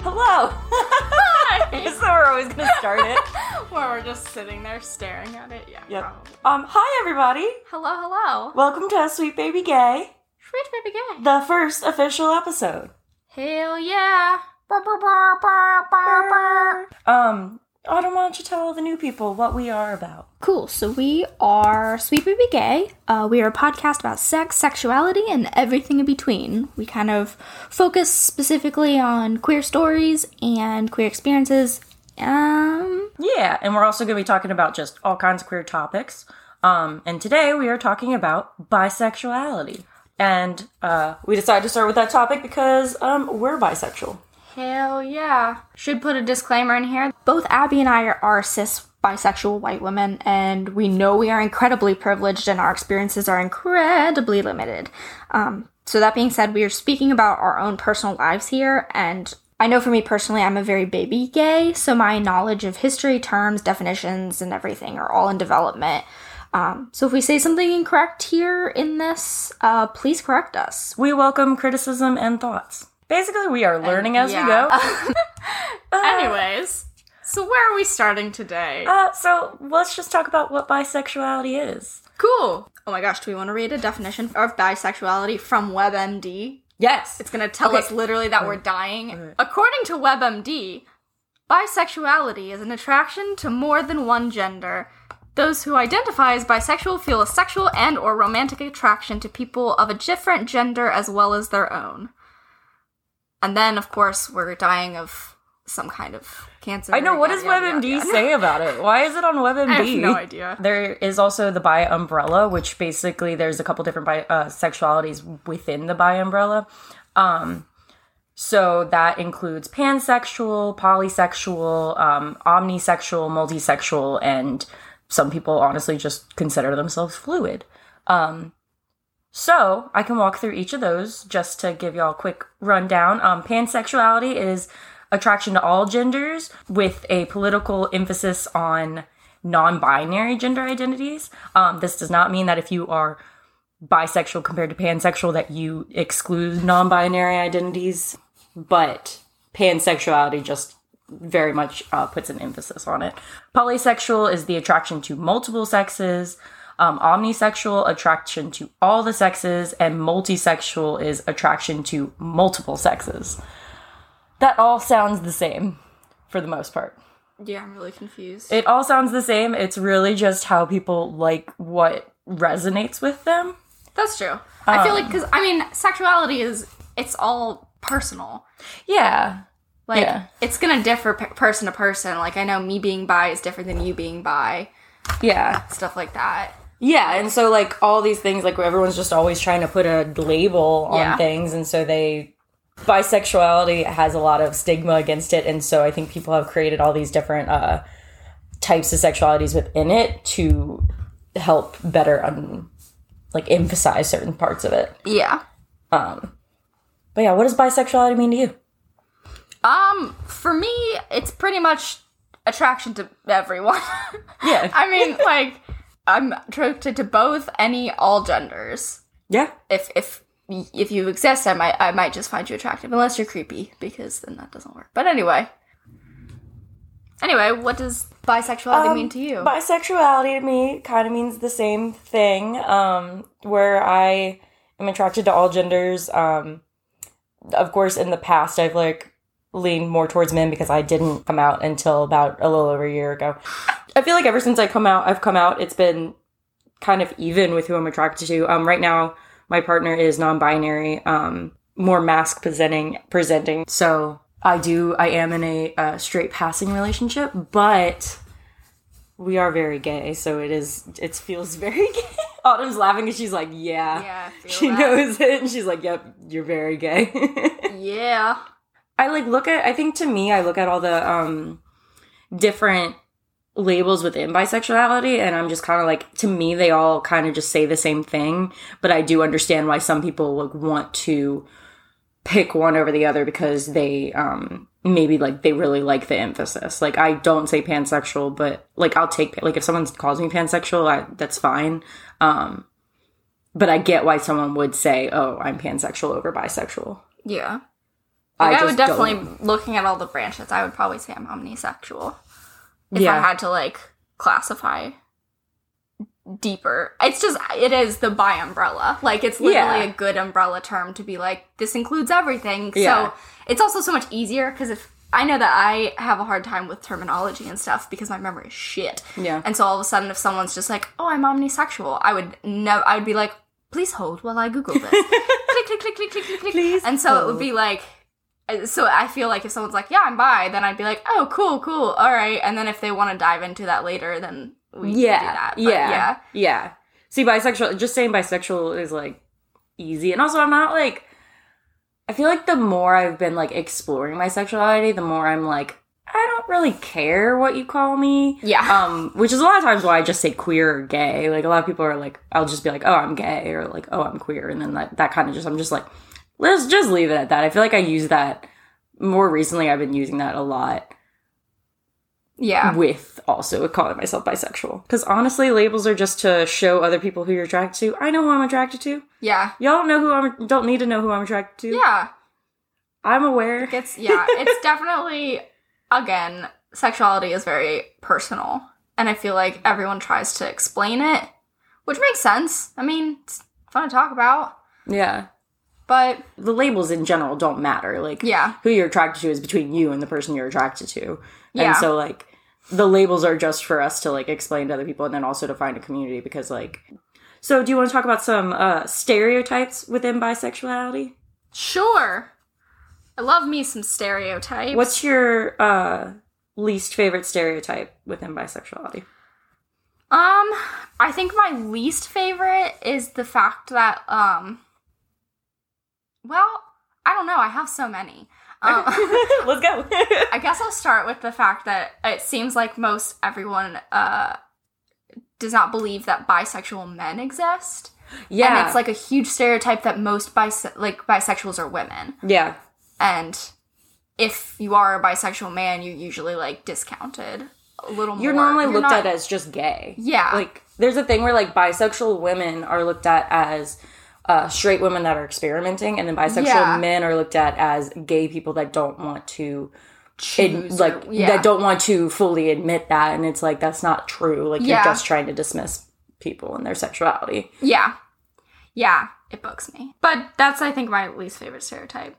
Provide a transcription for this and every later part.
hello. Is that where we're always gonna start it? Where we're just sitting there staring at it. Yeah. Yep. probably. Um, hi everybody. Hello, hello. Welcome to Sweet Baby Gay, Sweet baby gay. the first official episode. Hell yeah. Brr, brr, brr, brr, brr, brr. Um, Autumn, why don't you tell the new people what we are about? Cool. So we are Sweet Baby Gay. Uh, we are a podcast about sex, sexuality, and everything in between. We kind of focus specifically on queer stories and queer experiences. Um, Yeah, and we're also gonna be talking about just all kinds of queer topics. Um, and today we are talking about bisexuality. And uh, we decided to start with that topic because um, we're bisexual. Hell yeah. Should put a disclaimer in here. both Abby and I are, are cis bisexual white women, and we know we are incredibly privileged, and our experiences are incredibly limited. Um, so that being said, we are speaking about our own personal lives here, and I know for me personally, I'm a very baby gay, so my knowledge of history, terms, definitions, and everything are all in development. Um, so if we say something incorrect here in this, uh, please correct us. We welcome criticism and thoughts. Basically, we are learning as yeah. we go. Anyways, so where are we starting today? Uh, so let's just talk about what bisexuality is. cool. Oh my gosh, do we want to read a definition of bisexuality from WebMD? Yes. It's going to tell Okay. us literally that we're dying. According to WebMD, bisexuality is an attraction to more than one gender. Those who identify as bisexual feel a sexual and or romantic attraction to people of a different gender as well as their own. And then of course, we're dying of some kind of cancer. I know. What does yada, yada, WebMD yada, yada. say about it? Why is it on WebMD? I have no idea. There is also the bi umbrella, which basically there's a couple different bi- uh, sexualities within the bi umbrella. Um, so that includes pansexual, polysexual, um, omnisexual, multisexual, and some people honestly just consider themselves fluid. Um, so I can walk through each of those just to give y'all a quick rundown. Um, pansexuality is attraction to all genders with a political emphasis on non-binary gender identities. Um, this does not mean that if you are bisexual compared to pansexual that you exclude non-binary identities, but pansexuality just very much uh, puts an emphasis on it. Polysexual is the attraction to multiple sexes. Um, omnisexual attraction to all the sexes, and multisexual is attraction to multiple sexes. That all sounds the same for the most part. Yeah, I'm really confused. It all sounds the same. It's really just how people like what resonates with them. That's true. I Um, feel like cuz I mean, sexuality is it's all personal. Yeah. Like Yeah. it's gonna differ p- person to person. Like I know me being bi is different than you being bi, Yeah. stuff like that. Yeah. And so, like, all these things, like, everyone's just always trying to put a label on Yeah. things. And so they, bisexuality has a lot of stigma against it. And so I think people have created all these different uh, types of sexualities within it to help better, um, like, emphasize certain parts of it. Yeah. But yeah, what does bisexuality mean to you? Um, for me, it's pretty much attraction to everyone. Yeah. I mean, like I'm attracted to both any all genders. yeah. If if if you exist, I might I might just find you attractive unless you're creepy because then that doesn't work. But anyway. Anyway, what does bisexuality Um, mean to you? Bisexuality to me kind of means the same thing, um, where I am attracted to all genders. Um, of course, in the past, I've like leaned more towards men because I didn't come out until about a little over a year ago. I feel like ever since I come out, I've come out. It's been kind of even with who I'm attracted to. Um, right now, my partner is non-binary, um, more mask presenting, presenting. So I do, I am in a uh, straight passing relationship, but we are very gay, so it is. It feels very gay. Autumn's laughing and she's like, "Yeah, Yeah, I feel she that. knows it." And she's like, "Yep, you're very gay." yeah. I like look at I think to me I look at all the um different labels within bisexuality and I'm just kind of like to me they all kind of just say the same thing, but I do understand why some people like want to pick one over the other because they um maybe like they really like the emphasis. Like I don't say pansexual, but like I'll take like if someone calls me pansexual, I, that's fine. Um but I get why someone would say, "Oh, I'm pansexual over bisexual." Yeah. Like, I, just would definitely, don't. looking at all the branches, I would probably say I'm omnisexual. If I Yeah. had to like classify deeper, it's just it is the bi umbrella. Like it's literally Yeah. a good umbrella term to be like this includes everything. Yeah. So it's also so much easier because if I know that I have a hard time with terminology and stuff because my memory is shit. Yeah. And so all of a sudden, if someone's just like, "Oh, I'm omnisexual," I would never. I'd be like, "Please hold while I Google this." click, click, click, click, click, click, click. Please And so it would be like. uh, So I feel like if someone's like, "Yeah, I'm bi," then I'd be like, "Oh, cool, cool, all right." And then if they want to dive into that later, then we yeah, can do that. But yeah, yeah. yeah, See, bisexual. Just saying bisexual is like easy, and also I'm not like. I feel like the more I've been like exploring my sexuality, the more I'm like, I don't really care what you call me. Yeah. Um, which is a lot of times why I just say queer or gay. Like a lot of people are like, I'll just be like, oh, I'm gay, or like, oh, I'm queer, and then that that kind of just I'm just like, let's just leave it at that. I feel like I use that more recently. I've been using that a lot Yeah. with also calling myself bisexual. Because honestly, labels are just to show other people who you're attracted to. I know who I'm attracted to. Yeah. Y'all don't know who I'm. Don't need to know who I'm attracted to. Yeah. I'm aware. It's yeah, it's definitely again, sexuality is very personal. And I feel like everyone tries to explain it, which makes sense. I mean, it's fun to talk about, Yeah. but The labels in general don't matter. Like yeah. who you're attracted to is between you and the person you're attracted to. Yeah. And so like the labels are just for us to like explain to other people and then also to find a community because like. So do you want to talk about some uh, stereotypes within bisexuality? Sure. I love me some stereotypes. What's your uh, least favorite stereotype within bisexuality? Um, I think my least favorite is the fact that um well, I don't know, I have so many. Um, Uh, Let's go. I guess I'll start with the fact that it seems like most everyone uh, does not believe that bisexual men exist. yeah. And it's like a huge stereotype that most bis- like bisexuals are women. yeah. And if you are a bisexual man, you're usually like discounted a little You're more. normally looked at not- as just gay. Yeah. Like there's a thing where like bisexual women are looked at as uh, straight women that are experimenting, and then bisexual Yeah. men are looked at as gay people that don't want to ad- Choose or- like yeah. that don't want to fully admit that, and it's like that's not true. Like Yeah. you're just trying to dismiss people and their sexuality. Yeah. Yeah, it bugs me. But that's I think my least favorite stereotype.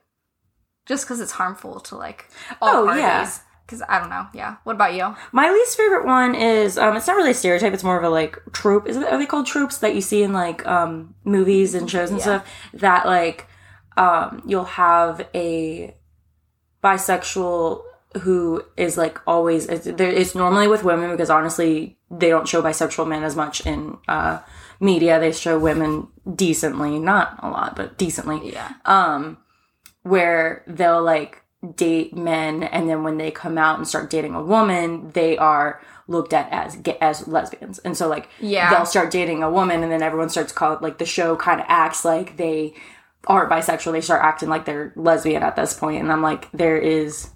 Just cuz it's harmful to like all Oh, parties. yeah. Cuz I don't know. Yeah. What about you? My least favorite one is um, it's not really a stereotype. It's more of a like trope. Is it, are they called tropes that you see in like um, movies and shows and stuff that like um, you'll have a bisexual who is like always it's, there- it's normally with women because honestly they don't show bisexual men as much in uh, media. They show women decently, not a lot, but decently Yeah. um where they'll like date men and then when they come out and start dating a woman they are looked at as ga- as lesbians and so like Yeah. they'll start dating a woman and then everyone starts call like the show kind of acts like they are bisexual they start acting like they're lesbian at this point and i'm like there is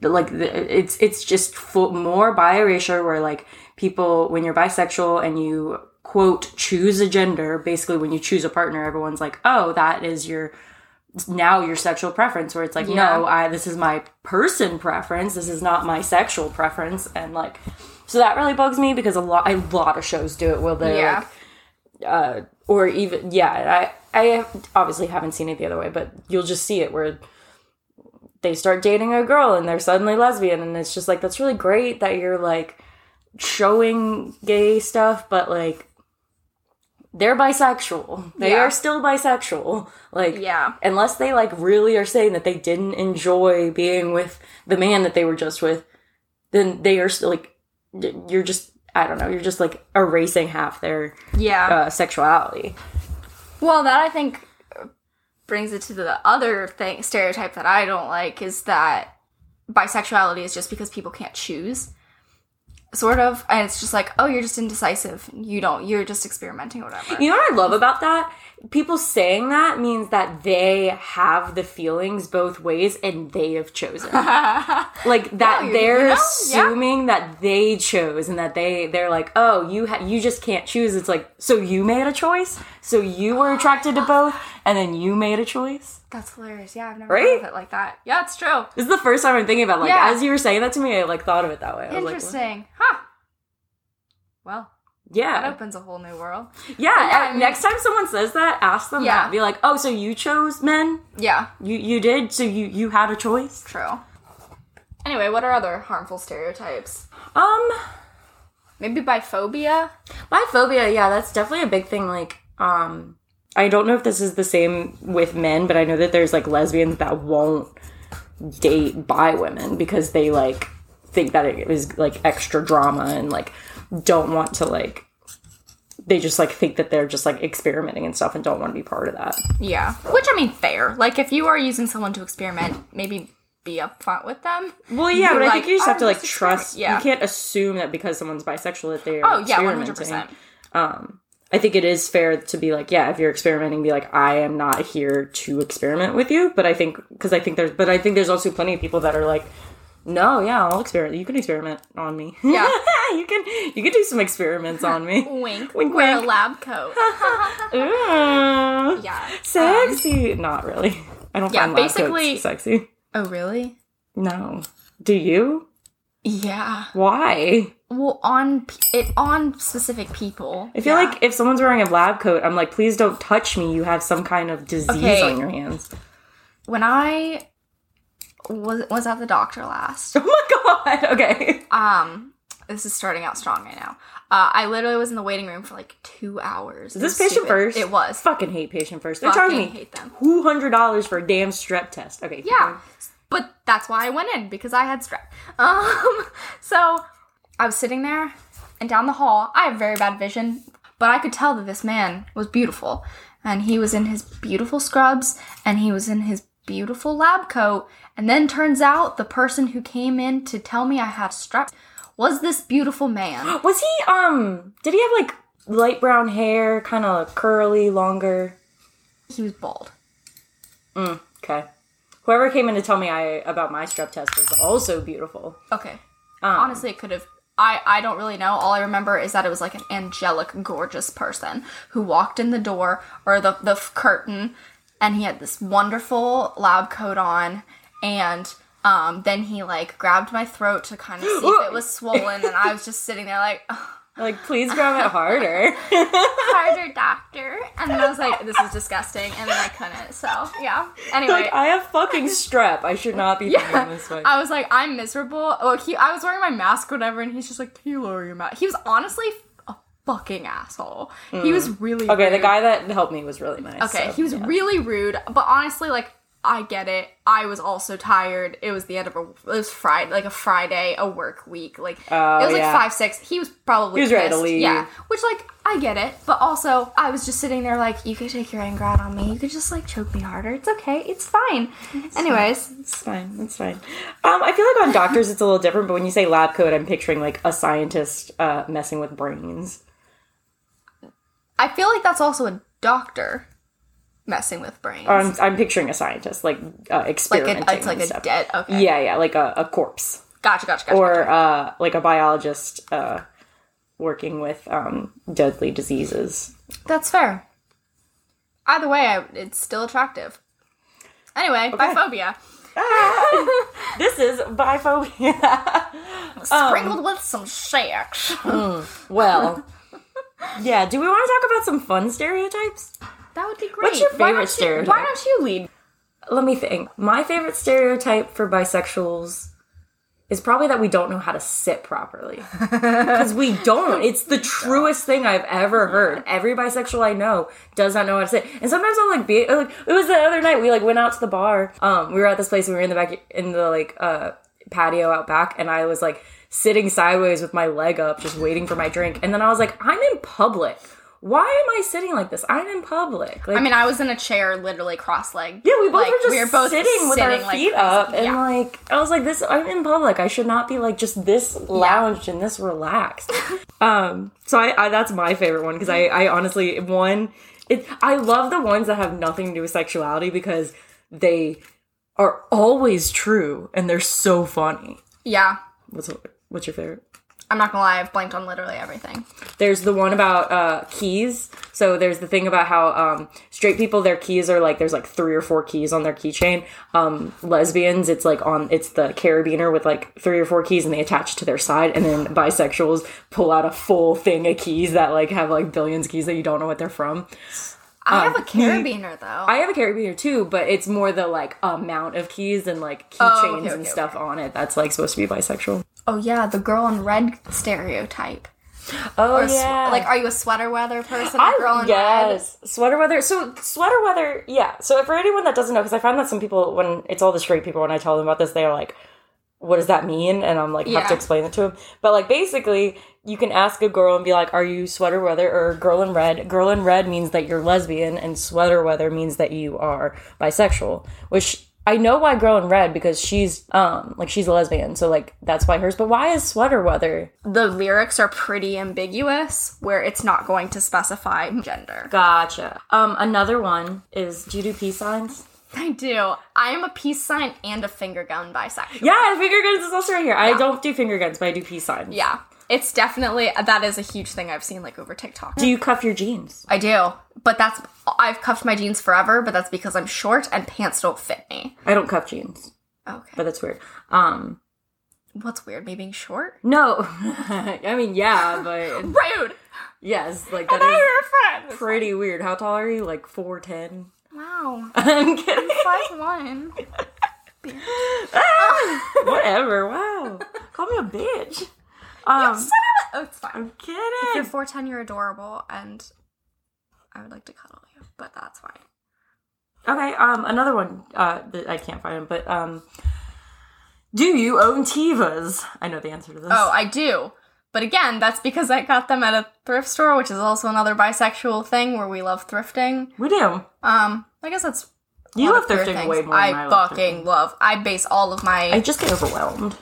like the- it's it's just full, more bi erasure where like people when you're bisexual and you quote choose a gender basically when you choose a partner everyone's like oh that is your now your sexual preference where it's like no i this is my person preference this is not my sexual preference and like so that really bugs me because a lot a lot of shows do it will they Yeah. like uh or even yeah i i obviously haven't seen it the other way but you'll just see it where they start dating a girl and they're suddenly lesbian and it's just like that's really great that you're like showing gay stuff but like they're bisexual they Yeah. are still bisexual like Yeah. unless they like really are saying that they didn't enjoy being with the man that they were just with then they are still like d- you're just i don't know you're just like erasing half their Yeah. uh, sexuality Well, that I think brings it to the other thing stereotype that I don't like is that bisexuality is just because people can't choose. Sort of, and it's just like, oh, you're just indecisive. You don't. You're just experimenting, or whatever. You know what I love about that? People saying that means that they have the feelings both ways and they have chosen. like that you- you they're know, yeah. assuming that they chose and that they they're like, "Oh, you ha- you just can't choose." It's like, "So you made a choice? So you were attracted to both and then you made a choice?" That's hilarious. Yeah, I've never Right? thought of it like that. Yeah, it's true. This is the first time I'm thinking about. Like Yeah. as you were saying that to me, I like thought of it that way. I was like, what? Interesting. huh. Well, that yeah, opens a whole new world. yeah. yeah, I mean- next time someone says that, ask them Yeah. that. Be like, oh, so you chose men? Yeah, You you did? So you you had a choice? true. Anyway, what are other harmful stereotypes? Um, Maybe biphobia? biphobia. Yeah, that's definitely a big thing. Like, um, I don't know if this is the same with men, but I know that there's like lesbians that won't date bi women because they like think that it is like extra drama and like don't want to like they just like think that they're just like experimenting and stuff and don't want to be part of that. Yeah. Which I mean, fair. Like if you are using someone to experiment, maybe be upfront with them. Well, yeah, but I think like, you just have "I'm to like just experiment- trust. yeah. You can't assume that because someone's bisexual that they're Oh yeah, one hundred experimenting. percent. I think it is fair to be like, yeah, if you're experimenting, be like, I am not here to experiment with you. But I think because I think there's, but I think there's also plenty of people that are like, no, yeah, I'll experiment. You can experiment on me. Yeah. you can you can do some experiments on me. Wink. Wink, Wear a wink. lab coat. Ooh, yeah. sexy. not really. I don't yeah, find lab coats basically- sexy. Oh, really? No. Do you? Yeah. Why? Well, on pe- it on specific people. I feel like if someone's wearing a lab coat, I'm like, please don't touch me. You have some kind of disease Okay. on your hands. When I was was at the doctor last, Oh my god. Okay. um, this is starting out strong right now. Uh, I literally was in the waiting room for like two hours. Is this patient first? It was. fucking hate patient first. They're Fucking charging me hate them. two hundred dollars for a damn strep test. Okay. keep Yeah. going. But that's why I went in because I had strep. Um, so I was sitting there and down the hall, I have very bad vision, but I could tell that this man was beautiful. And he was in his beautiful scrubs and he was in his beautiful lab coat. And then turns out the person who came in to tell me I had strep was this beautiful man. Was he um? Did he have like light brown hair, kind of curly, longer? He was bald. Okay. Whoever came in to tell me I about my strep test was also beautiful. Okay. Um, Honestly, it could have. I, I don't really know. All I remember is that it was like an angelic, gorgeous person who walked in the door or the, the f- curtain and he had this wonderful lab coat on. And um, then he like grabbed my throat to kind of see if it was swollen. And I was just sitting there like, "Oh, "Ugh, Like, please grab it harder. harder, doctor. And then I was like, this is disgusting. And then I couldn't. So, yeah. Anyway. like, I have fucking strep. I should not be yeah. Yeah. Oh. this way. I was like, I'm miserable. Oh, he, I was wearing my mask, whatever, and he's just like, can you lower your mask? He was honestly a fucking asshole. He was really Mm. Okay, the rude. guy that helped me was really nice. Okay, so, he was yeah. really rude, but honestly, like, I get it. I was also tired. It was the end of a. It was Friday, like a Friday, a work week. Like Oh, it was like yeah. five six. He was He probably was ready to pissed. leave. Yeah, which like I get it, but also I was just sitting there like, you could take your anger out on me. You could just like choke me harder. It's okay. It's fine. Anyways, It's fine. It's fine. Um, I feel like on doctors it's a little different, but when you say lab coat, I'm picturing like a scientist uh, messing with brains. I feel like that's also a doctor messing with brains. I'm, I'm picturing a scientist like uh, like experimenting. a, it's like and a stuff. dead. Okay. Yeah, yeah, like a, a corpse Gotcha. Gotcha. Gotcha. or uh, like a biologist uh, working with um, deadly diseases. that's fair. Either way, I, it's still attractive. Anyway, biphobia This is biphobia. Um, sprinkled with some sex. well, yeah. Do we want to talk about some fun stereotypes? That would be great. What's your Why favorite don't you- Why stereotype? don't you lead? let me think. My favorite stereotype for bisexuals is probably that we don't know how to sit properly. Because we don't. It's the truest thing I've ever heard. Every bisexual I know does not know how to sit. And sometimes I'll like be uh, like it was the other night we like went out to the bar. Um we were at this place and we were in the back in the like uh patio out back and I was like sitting sideways with my leg up just waiting for my drink. And then I was like, I'm in public. Why am I sitting like this? I'm in public. Like I mean, I was in a chair, literally cross-legged. yeah, we both Like, were just we were both sitting with sitting our like feet crazy. up, and Yeah. like I was like, "This, I'm in public. I should not be like just this lounged and this relaxed." um, so I, I that's my favorite one because I, I honestly one, it I love the ones that have nothing to do with sexuality because they are always true and they're so funny. Yeah. What's what's your favorite? I'm not gonna lie. I've blanked on literally everything. There's the one about uh, keys So there's the thing about how um, straight people their keys are like there's like three or four keys on their keychain. Um, lesbians, it's like on it's the carabiner with like three or four keys and they attach it to their side. And then bisexuals pull out a full thing of keys that like have like billions of keys that you don't know what they're from. I Um, have a carabiner though. I have a carabiner too, but it's more the like amount of keys and like keychains Oh, okay, and okay, stuff on it that's like supposed to be bisexual. oh yeah, the girl in red stereotype. Oh Or swe- like, are you a sweater weather person? I A girl in red. yes sweater weather. So sweater weather, yeah. So for anyone that doesn't know, because I find that some people when it's all the straight people when I tell them about this, they are like, "What does that mean?" And I'm like, have Yeah. to explain it to them. But like basically, you can ask a girl and be like, "Are you sweater weather or girl in red?" Girl in red means that you're lesbian, and sweater weather means that you are bisexual, which. I know why girl in red because she's um like she's a lesbian so like that's why hers but why is sweater weather The lyrics are pretty ambiguous, where it's not going to specify gender. gotcha um another one is do you do peace signs I do. I am a peace sign and a finger gun bisexual. Yeah, finger guns is also right here. I don't do finger guns, but I do peace signs. Yeah. It's definitely that is a huge thing I've seen like over TikTok. Do you cuff your jeans? I do, but that's I've cuffed my jeans forever, but that's because I'm short and pants don't fit me. I don't cuff jeans, Okay. but that's weird. Um, What's weird? Me being short? no, I mean yeah, but Rude. yes, like that You're is a friend. pretty weird. How tall are you? Like four ten? Wow. I'm kidding. Five one. Whatever. Wow. Call me a bitch. Um, Oh, it's fine. I'm kidding. You're four ten. You're adorable, and I would like to cuddle you, but that's fine. Okay, um, another one uh, that I can't find, but um, do you own Tivas? I know the answer to this. Oh, I do. But again, that's because I got them at a thrift store, which is also another bisexual thing where we love thrifting. we do. Um, I guess that's You one love of the thrifting things way more. I, than I love fucking love. I base all of my I just get overwhelmed.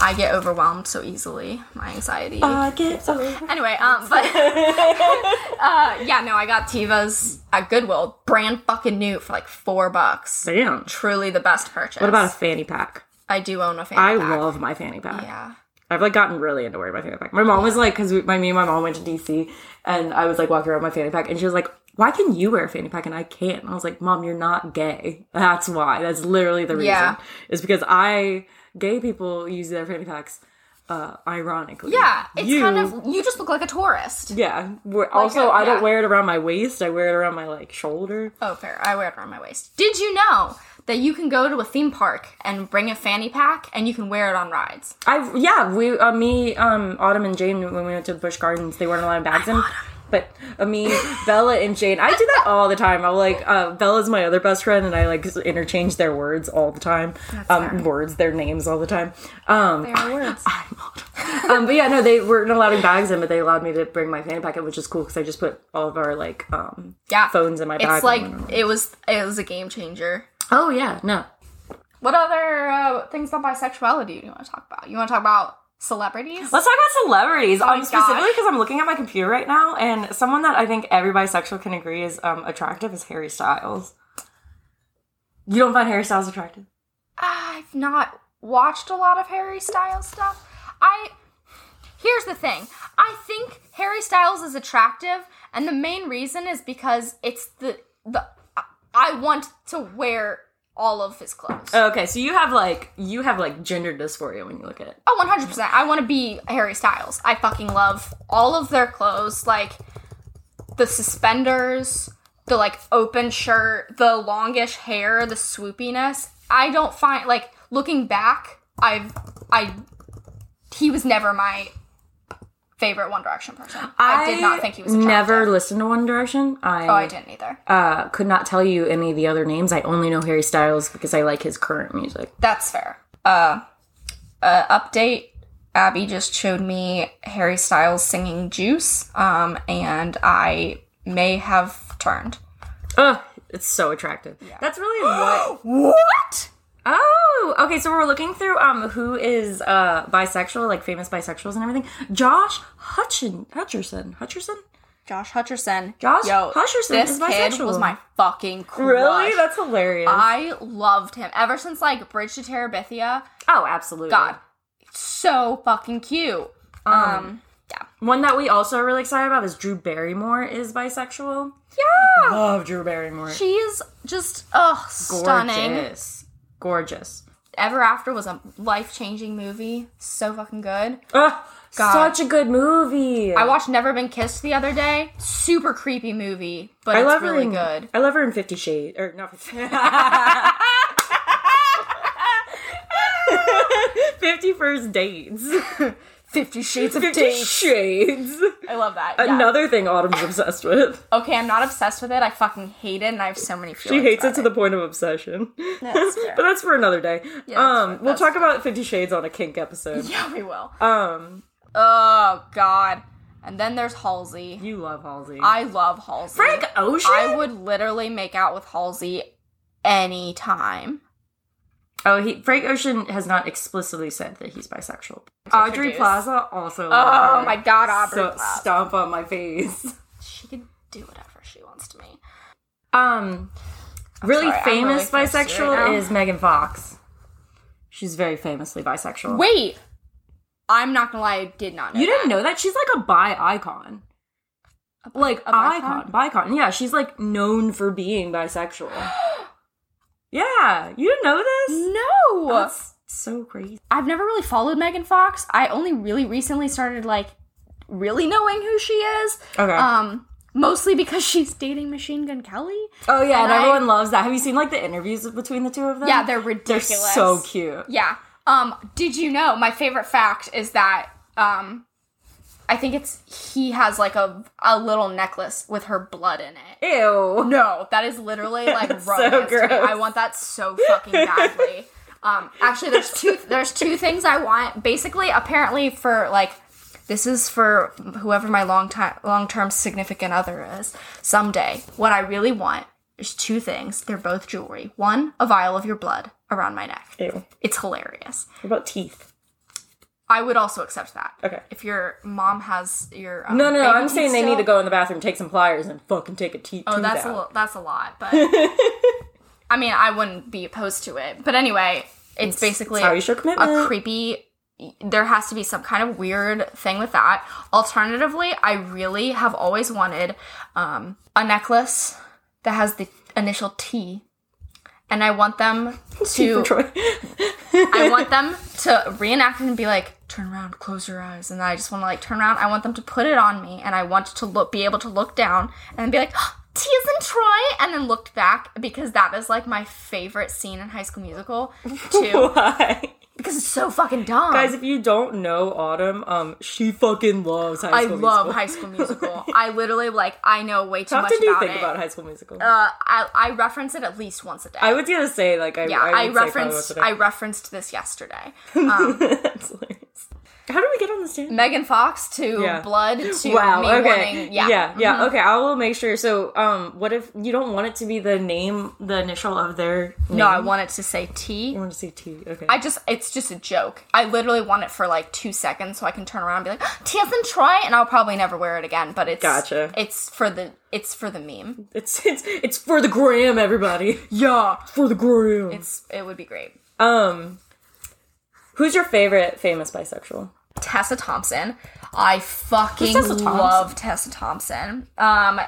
I get overwhelmed so easily. My anxiety. I get overwhelmed. anyway, um, but uh, yeah, no, I got Tivas at Goodwill, brand fucking new for like four bucks. Damn. Truly the best purchase. What about a fanny pack? I do own a fanny I pack. love my fanny pack. Yeah. I've like gotten really into wearing my fanny pack. My mom was like, because my me and my mom went to DC, and I was like walking around with my fanny pack, and she was like, "Why can you wear a fanny pack and I can't?" And I was like, "Mom, you're not gay. That's why. That's literally the reason. Yeah. Is because I gay people use their fanny packs, uh, ironically. Yeah, it's You- kind of you just look like a tourist. yeah. We're, also, I yeah. don't wear it around my waist. I wear it around my like shoulder. Oh, fair. I wear it around my waist. Did you know that you can go to a theme park and bring a fanny pack and you can wear it on rides? I yeah, we uh, me um Autumn and Jane when we went to Busch Gardens, they weren't allowed bags in. But uh, me, Bella, and Jane, I do that all the time. I'm like, uh, Bella's my other best friend, and I like interchange their words all the time. Um, words, their names all the time. Um, There are words. um, but yeah, no, they weren't allowing bags in, but they allowed me to bring my fanny packet, which is cool because I just put all of our like um, Yeah. phones in my bag. It's and like went on. it was it was a game changer. oh yeah, no, What other uh, things about bisexuality do you want to talk about? You want to talk about celebrities? Let's talk about celebrities. my um, specifically gosh. because I'm looking at my computer right now, and someone that I think every bisexual can agree is um, attractive is Harry Styles. You don't find Harry Styles attractive? I've not watched a lot of Harry Styles stuff. I here's the thing. I think Harry Styles is attractive, and the main reason is because it's the the I- I want to wear all of his clothes. Okay, so you have like you have like gender dysphoria when you look at it. Oh, 100%. I want to be Harry Styles. I fucking love all of their clothes, like the suspenders, the like open shirt, the longish hair, the swoopiness. I don't find like looking back, I've I he was never my favorite One Direction person. I, did not think he was attractive. Never listened to One Direction. I, Oh, I didn't either. Uh, could not tell you any of the other names. I only know Harry Styles because I like his current music. That's fair. Uh, uh, update. Abby just showed me Harry Styles singing "Juice," um, and I may have turned. Ugh, it's so attractive. That's really what What? Oh, okay. So we're looking through um who is uh bisexual, like famous bisexuals and everything. Josh Hutchin Hutcherson Hutcherson. Josh Hutcherson. Josh Yo, Hutcherson This is kid bisexual. was my fucking crush. That's hilarious. I loved him ever since like Bridge to Terabithia. oh, absolutely. God, so fucking cute. Um, One that we also are really excited about is Drew Barrymore is bisexual. Yeah. Love Drew Barrymore. She is just oh stunning. Gorgeous. Gorgeous. Ever After was a life changing movie. So fucking good. Ugh, God. Such a good movie. I watched Never Been Kissed the other day. Super creepy movie, but it's really in, good. I love her in Fifty Shades. Or not Fifty Fifty First Dates. Fifty Shades of Fifty Shades. I love that. yeah. Oh, Another thing Autumn's obsessed with. Okay, I'm not obsessed with it. I fucking hate it, and I have so many She feelings. hates it about to the point of obsession. That's fair. but that's for another day. that's um, fair, we'll that's talk about Fifty Shades on a kink episode. Yeah, we will. Um, Oh God. And then there's Halsey. you love Halsey. I love Halsey. Frank Ocean. I would literally make out with Halsey any time. Oh, he, Frank Ocean has not explicitly said that he's bisexual. Audrey Introduce. Plaza also. Oh my God, Aubrey. So stomp on my face. She could do whatever she wants to me. Um, really sorry, I'm famous really thirsty bisexual right now. is Megan Fox. She's very famously bisexual. Wait, I'm not gonna lie, I did not know. you that. didn't know that she's like a bi icon. Like icon, bicon. Yeah, she's like known for being bisexual. yeah, you didn't know this? No, That's so crazy. I've never really followed Megan Fox. I only really recently started like really knowing who she is. Okay. Um, mostly because she's dating Machine Gun Kelly. oh yeah, and, and I- everyone loves that. Have you seen like the interviews between the two of them? Yeah, they're They're ridiculous. so cute. Yeah. Um, did you know my favorite fact is that um I think it's he has like a a little necklace with her blood in it. Ew. No, that is literally like That's romance. so to me. gross. I want that so fucking badly. um, actually, there's two there's two things I want. Basically, apparently for like this is for whoever my long time long term significant other is someday. What I really want is two things. They're both jewelry. One, a vial of your blood around my neck. Ew. What It's hilarious. about teeth? I would also accept that. Okay. If your mom has your um, No, no, no. baby I'm saying teeth they still- need to go in the bathroom, take some pliers, and fucking take a teeth. Oh, tooth that's a out. lo- that's a lot, but I mean, I wouldn't be opposed to it. But anyway, it's, basically how you show commitment. a creepy. There has to be some kind of weird thing with that. Alternatively, I really have always wanted um, a necklace that has the initial T, and I want them to. Troy. I want them to reenact it and be like, turn around, close your eyes. And I just want to like turn around. I want them to put it on me and I want to look, be able to look down and be like, T is in Troy. And then looked back because that is like my favorite scene in High School Musical too. Why? because it's so fucking dumb. Guys, if you don't know Autumn, um, she fucking loves High I School love Musical. High School Musical. I literally like, I know way too How much often do you about think it. about High School Musical? uh, I, I reference it at least once a day. I was gonna say like I yeah, I, I, would say probably once referenced a day. I um, referenced this yesterday. That's hilarious. How do we get on this tangent? Megan Fox to Yeah. blood to wow. me okay. wanting- yeah. Yeah. Mm-hmm. Okay. I will make sure. So, um, what if you don't want it to be the name, the initial of their? No, name? I want it to say T. I want to see T. Okay. I just, it's just a joke. I literally want it for like two seconds so I can turn around and be like, T as in Troy, and I'll probably never wear it again. But it's Gotcha. It's for the it's for the meme. It's it's it's for the gram, everybody. Yeah, For the gram. it's it would be great. um, who's your favorite famous bisexual? Tessa Thompson. I fucking Who's Tessa Thompson? love Tessa Thompson. Um,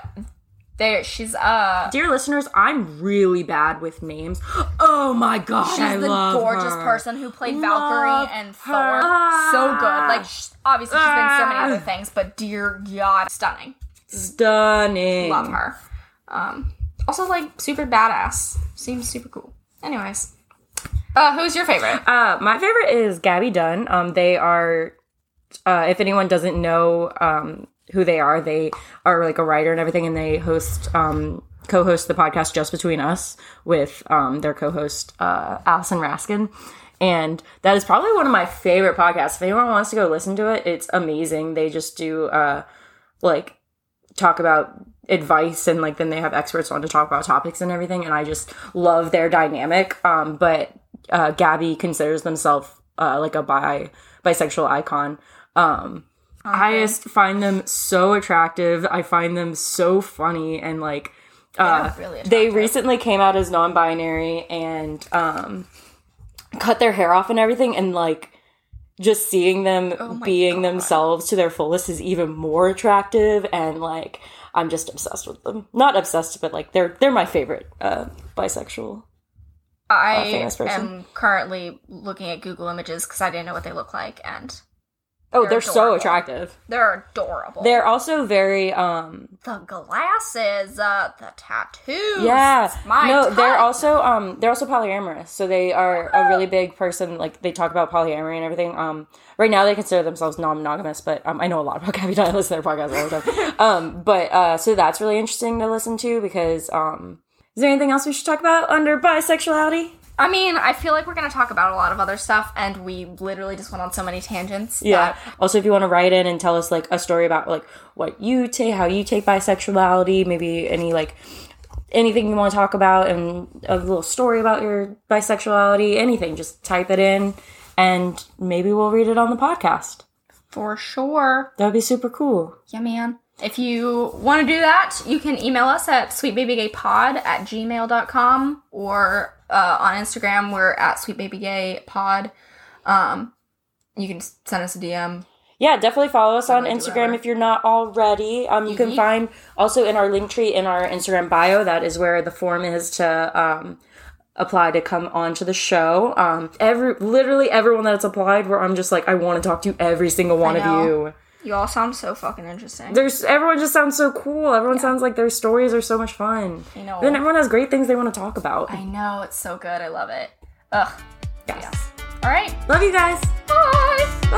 there she's uh Dear listeners, I'm really bad with names. Oh my god, she's I the love gorgeous her. person who played Love Valkyrie and Thor. her. So good. Like sh obviously she's been in so many Ah. other things, but dear God, stunning. Stunning. love her. Um, also, like, super badass. Seems super cool. Anyways. Uh, who's your favorite? Uh, my favorite is Gabby Dunn. Um, they are, uh, if anyone doesn't know um, who they are, they are like a writer and everything, and they host, um, co host the podcast Just Between Us with um, their co host, uh, Allison Raskin. And that is probably one of my favorite podcasts. If anyone wants to go listen to it, it's amazing. They just do uh, like talk about advice and like then they have experts on to talk about topics and everything and i just love their dynamic um but uh gabby considers themselves uh like a bi bisexual icon um i just find them so attractive i find them so funny and like uh really they recently came out as non-binary and um cut their hair off and everything and like just seeing them being themselves to their fullest is even more attractive and like I'm just obsessed with them. Not obsessed, but like they're they're my favorite uh bisexual. I famous person. am currently looking at Google images because I didn't know what they look like, and Oh, they're, so adorable. attractive. they're adorable. They're also very um the glasses, uh, the tattoos. yeah. my no, they're type. also um they're also polyamorous. So they are a really big person like they talk about polyamory and everything. Um right now they consider themselves non-monogamous, but um, I know a lot about Gabby Dunn. I listen to their podcast all the time. um but uh so that's really interesting to listen to because um is there anything else we should talk about under bisexuality? I mean, I feel like we're gonna talk about a lot of other stuff, and we literally just went on so many tangents. Yeah. Also, if you want to write in and tell us like a story about like what you take, how you take bisexuality, maybe any like anything you want to talk about, and a little story about your bisexuality, anything, just type it in, and maybe we'll read it on the podcast. For sure. That would be super cool. Yeah, man. If you want to do that, you can email us at sweetbabygaypod at gmail.com or uh, on Instagram, we're at sweetbabygaypod. Um, you can s- send us a DM. Yeah, definitely follow us on gonna do Instagram that. if you're not already. Um, you can Mhm. find also in our link tree in our Instagram bio. That is where the form is to um, apply to come on to the show. Um, every literally everyone that's applied, where I'm just like, I want to talk to every single one of know. you. You all sound so fucking interesting. There's everyone just sounds so cool. Everyone sounds like their stories are so much fun. I know. Then everyone has great things they want to talk about. I know, it's so good. I love it. Ugh. Yes. All right. Love you guys. Bye.